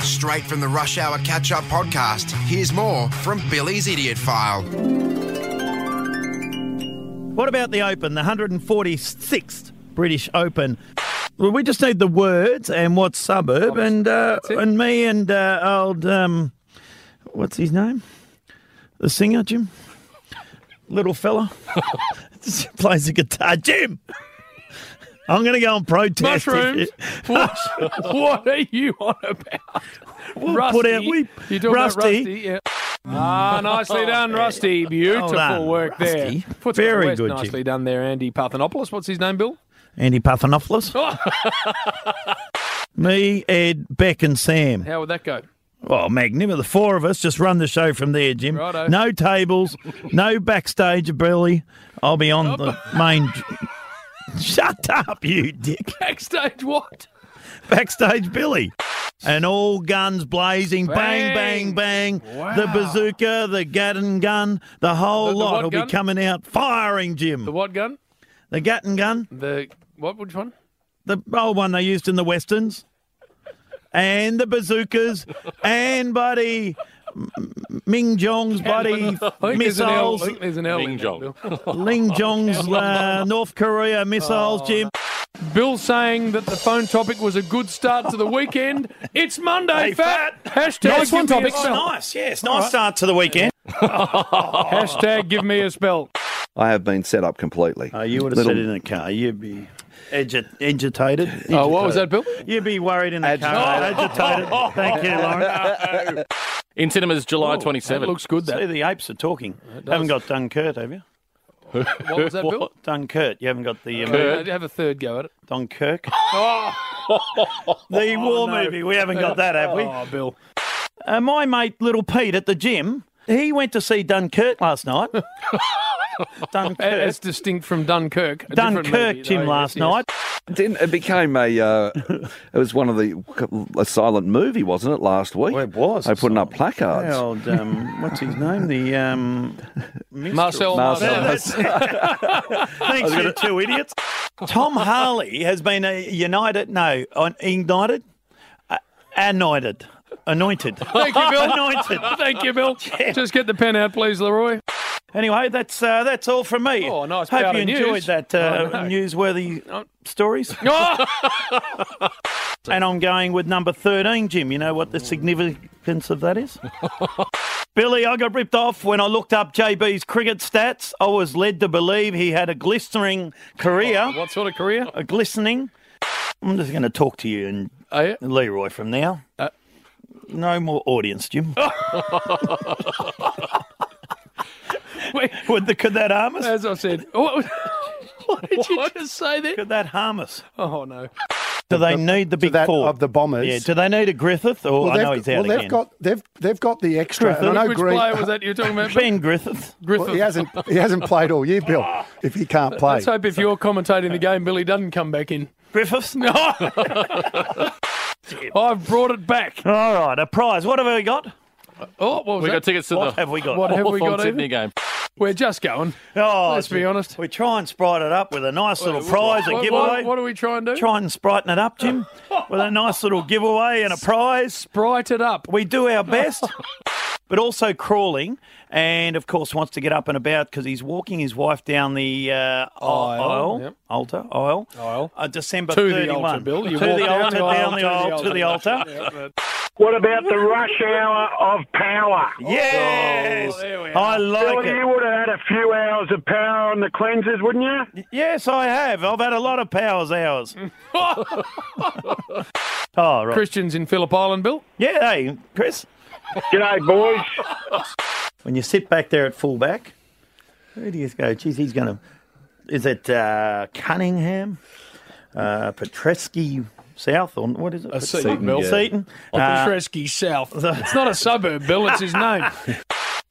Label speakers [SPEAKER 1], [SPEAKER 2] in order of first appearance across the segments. [SPEAKER 1] straight from the Rush Hour Catch Up podcast. Here's more from Billy's Idiot File.
[SPEAKER 2] What about the Open, the 146th British Open? Well, we just need the words and what suburb, and uh, and me and uh, old um, what's his name, the singer Jim, little fella, Just plays the guitar. Jim, I'm going to go and protest. if
[SPEAKER 3] Mushrooms.
[SPEAKER 2] you-
[SPEAKER 3] what, what are you on about?
[SPEAKER 2] We'll put out- we-
[SPEAKER 3] You're talking
[SPEAKER 2] Rusty.
[SPEAKER 3] about Rusty. Yeah. Ah, nicely done, Rusty. Beautiful
[SPEAKER 2] done,
[SPEAKER 3] work
[SPEAKER 2] Rusty.
[SPEAKER 3] there. Puts
[SPEAKER 2] Very
[SPEAKER 3] the West
[SPEAKER 2] good, Jim.
[SPEAKER 3] Nicely done there, Andy Parthenopoulos. What's his name, Bill?
[SPEAKER 2] Andy Parthenopoulos, me, Ed, Beck, and Sam.
[SPEAKER 3] How would that go?
[SPEAKER 2] Oh, magnificent. The four of us just run the show from there, Jim.
[SPEAKER 3] Righto.
[SPEAKER 2] No tables, no backstage belly. I'll be on the main. Shut up, you dick.
[SPEAKER 3] Backstage what?
[SPEAKER 2] Backstage Billy. And all guns blazing, bang, bang,
[SPEAKER 3] Bang.
[SPEAKER 2] bang.
[SPEAKER 3] Wow.
[SPEAKER 2] The bazooka, the Gatton gun, the whole
[SPEAKER 3] The- the
[SPEAKER 2] lot
[SPEAKER 3] what
[SPEAKER 2] will
[SPEAKER 3] gun?
[SPEAKER 2] be coming out firing, Jim.
[SPEAKER 3] The
[SPEAKER 2] The,
[SPEAKER 3] what gun?
[SPEAKER 2] Gatton gun,
[SPEAKER 3] The what? Which one?
[SPEAKER 2] the old one they used in the westerns, and the bazookas, and buddy M- M- Ming Jong's buddy
[SPEAKER 3] I think there's an L-
[SPEAKER 2] missiles.
[SPEAKER 3] I think there's an L. in
[SPEAKER 4] Ming
[SPEAKER 3] that,
[SPEAKER 4] Jong.
[SPEAKER 3] Bill.
[SPEAKER 2] Ling Jong's uh, North Korea missiles,
[SPEAKER 3] Oh,
[SPEAKER 2] Jim.
[SPEAKER 3] Bill saying that the phone topic was a good start to the weekend. It's Monday,
[SPEAKER 2] Hey,
[SPEAKER 3] fat. Hashtag
[SPEAKER 2] Nice
[SPEAKER 3] give
[SPEAKER 2] one,
[SPEAKER 3] me a
[SPEAKER 2] topic.
[SPEAKER 3] spell.
[SPEAKER 2] nice, yes. Nice start to the weekend.
[SPEAKER 3] Hashtag give me a spell.
[SPEAKER 5] I have been set up completely.
[SPEAKER 2] Oh, you would have said it in the car. You'd be agi- agitated.
[SPEAKER 3] Oh, what
[SPEAKER 2] Uh,
[SPEAKER 3] was that, Oh. Bill?
[SPEAKER 2] You'd be worried in the car. mate. Agitated. Thank you, Lauren.
[SPEAKER 4] In cinemas, July
[SPEAKER 3] Twenty seven.
[SPEAKER 4] 27.
[SPEAKER 3] looks good.
[SPEAKER 2] See,
[SPEAKER 3] That.
[SPEAKER 2] the apes are talking. Haven't got Dunkirk, have you?
[SPEAKER 3] What was that, Bill?
[SPEAKER 2] Dunkirk. You haven't got the um,
[SPEAKER 3] Uh, have a third go at it.
[SPEAKER 2] Dunkirk. the war movie. We haven't got that, have we?
[SPEAKER 3] Oh, Bill.
[SPEAKER 2] Uh, my mate, little Pete, at the gym, he went to see Dunkirk last night. Dunkirk.
[SPEAKER 3] That's distinct from Dunkirk. a different
[SPEAKER 2] Dunkirk,
[SPEAKER 3] movie,
[SPEAKER 2] Jim,
[SPEAKER 3] though,
[SPEAKER 2] last
[SPEAKER 3] yes, yes.
[SPEAKER 2] night.
[SPEAKER 5] Didn't, it became a. Uh, it was one of the a silent movie, wasn't it? Last week,
[SPEAKER 2] Well, Oh, it was.
[SPEAKER 5] They putting up placards.
[SPEAKER 2] Old, um, what's his name? The um,
[SPEAKER 3] Marcel,
[SPEAKER 5] Marcel.
[SPEAKER 3] Marcel.
[SPEAKER 2] Thanks, you two idiots. Tom Harley has been a united, no, on, ignited, uh, anointed, anointed.
[SPEAKER 3] Thank you, Bill.
[SPEAKER 2] Anointed.
[SPEAKER 3] Thank you, Bill. Just get the pen out, please, Leroy.
[SPEAKER 2] Anyway, that's uh, that's all from me.
[SPEAKER 3] Oh, nice
[SPEAKER 2] Hope
[SPEAKER 3] bout
[SPEAKER 2] you
[SPEAKER 3] of news.
[SPEAKER 2] enjoyed that uh,
[SPEAKER 3] Oh, no.
[SPEAKER 2] newsworthy stories.
[SPEAKER 3] Oh!
[SPEAKER 2] And I'm going with number 13, Jim. You know what the significance of that is? Billy, I got ripped off when I looked up JB's cricket stats. I was led to believe he had a glistering career.
[SPEAKER 3] Oh, What sort of career?
[SPEAKER 2] A glistening. I'm just going to talk to you and
[SPEAKER 3] Oh, yeah.
[SPEAKER 2] Leroy from now.
[SPEAKER 3] Uh.
[SPEAKER 2] no more audience, Jim.
[SPEAKER 3] Wait,
[SPEAKER 2] Would the, could that harm us?
[SPEAKER 3] as I said, what, what did you just say there?
[SPEAKER 2] Could that harm us?
[SPEAKER 3] Oh, no.
[SPEAKER 2] Do they need the big
[SPEAKER 6] that
[SPEAKER 2] four
[SPEAKER 6] of the Bombers.
[SPEAKER 2] Yeah. Do they need a Griffith? Or I
[SPEAKER 6] they've
[SPEAKER 2] know
[SPEAKER 6] got-
[SPEAKER 2] he's out
[SPEAKER 6] well, they've
[SPEAKER 2] again.
[SPEAKER 6] got they've they've got the extra. and I know
[SPEAKER 3] Which
[SPEAKER 6] Gre-
[SPEAKER 3] player was that you were talking about?
[SPEAKER 2] Ben Griffith.
[SPEAKER 3] Griffith.
[SPEAKER 6] well, he hasn't he hasn't played all year, Bill. If he can't play,
[SPEAKER 3] Let's hope if you're commentating the game, Billy doesn't come back in.
[SPEAKER 2] Griffiths.
[SPEAKER 3] I've brought it back.
[SPEAKER 2] All right, a prize. What have we got?
[SPEAKER 3] Oh, what was
[SPEAKER 4] We
[SPEAKER 3] that?
[SPEAKER 4] got tickets to
[SPEAKER 2] What
[SPEAKER 4] the
[SPEAKER 2] have we got?
[SPEAKER 3] What have we
[SPEAKER 4] Hawthorn
[SPEAKER 3] got,
[SPEAKER 4] Sydney
[SPEAKER 3] Ethan?
[SPEAKER 4] game.
[SPEAKER 3] We're just going.
[SPEAKER 2] Oh,
[SPEAKER 3] Let's be honest.
[SPEAKER 2] We try and sprite it up with a nice little prize, a
[SPEAKER 3] What-
[SPEAKER 2] giveaway.
[SPEAKER 3] What, what do we try and do?
[SPEAKER 2] Try and sprighten it up, Jim, with a nice little giveaway and a prize.
[SPEAKER 3] Bright it up.
[SPEAKER 2] We do our best, but also crawling, and of course wants to get up and about because he's walking his wife down the uh, aisle, aisle
[SPEAKER 3] yep.
[SPEAKER 2] altar, aisle,
[SPEAKER 3] Aisle.
[SPEAKER 2] uh, December
[SPEAKER 3] To the
[SPEAKER 2] 31.
[SPEAKER 3] altar, Bill. You
[SPEAKER 2] to
[SPEAKER 3] walk
[SPEAKER 2] the
[SPEAKER 3] down
[SPEAKER 2] altar,
[SPEAKER 3] the aisle,
[SPEAKER 2] down the aisle, to the altar.
[SPEAKER 7] What about the rush hour of power?
[SPEAKER 2] Yes,
[SPEAKER 3] there we
[SPEAKER 2] I like
[SPEAKER 7] Billy,
[SPEAKER 2] it.
[SPEAKER 7] you would have had a few hours of power on the cleansers, wouldn't you?
[SPEAKER 2] Yes, I have. I've had a lot of powers hours. oh, right.
[SPEAKER 3] Christians in Phillip Island, Bill.
[SPEAKER 2] Yeah, hey, Chris.
[SPEAKER 7] G'day, boys.
[SPEAKER 2] When you sit back there at fullback, who do you go? Geez, he's going to. Is it uh, Cunningham, uh, Petresky South, or what
[SPEAKER 3] Uh,
[SPEAKER 2] is it?
[SPEAKER 3] Seaton, Bill.
[SPEAKER 2] Seaton. Uh,
[SPEAKER 3] Petresky South. It's not a suburb, Bill. It's his name.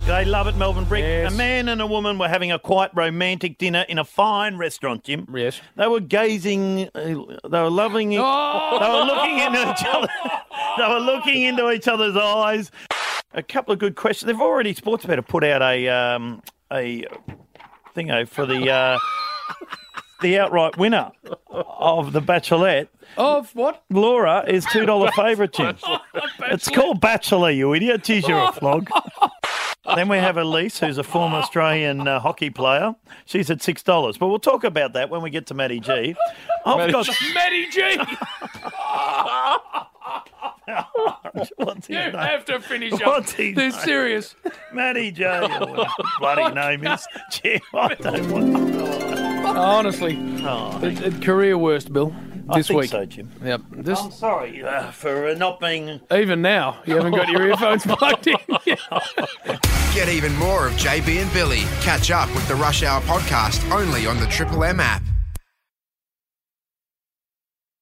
[SPEAKER 2] they love it, Melbourne Brick.
[SPEAKER 3] Yes.
[SPEAKER 2] A man and a woman were having a quite romantic dinner in a fine restaurant, Jim.
[SPEAKER 3] Yes.
[SPEAKER 2] They were gazing. uh, They were loving.
[SPEAKER 3] Oh!
[SPEAKER 2] They were looking into each other. They were looking into each other's eyes. A couple of good questions. They've already Sportsbet have put out a um, a thingo for the uh, the outright winner of The Bachelorette.
[SPEAKER 3] Of what?
[SPEAKER 2] Laura is two dollar favourite, Jim. It's called Bachelor, you idiot. Geez, you're a flog. then we have Elise, who's a former Australian uh, hockey player. She's at six dollars, but we'll talk about that when we get to Matty G. I've got
[SPEAKER 3] Matty G!
[SPEAKER 2] what's
[SPEAKER 3] You
[SPEAKER 2] his name?
[SPEAKER 3] have to finish up.
[SPEAKER 2] What's his
[SPEAKER 3] They're
[SPEAKER 2] name?
[SPEAKER 3] serious.
[SPEAKER 2] Matty J. or whatever his bloody name is Jim. I don't want.
[SPEAKER 3] Honestly. It- it- career worst, Bill.
[SPEAKER 2] Oh. I
[SPEAKER 3] This
[SPEAKER 2] think
[SPEAKER 3] week.
[SPEAKER 2] so, Jim.
[SPEAKER 3] Yep. This,
[SPEAKER 2] I'm sorry uh, for uh, not being.
[SPEAKER 3] even now, you haven't got your earphones plugged in.
[SPEAKER 1] Get even more of JB and Billy. Catch up with the Rush Hour podcast only on the Triple M app.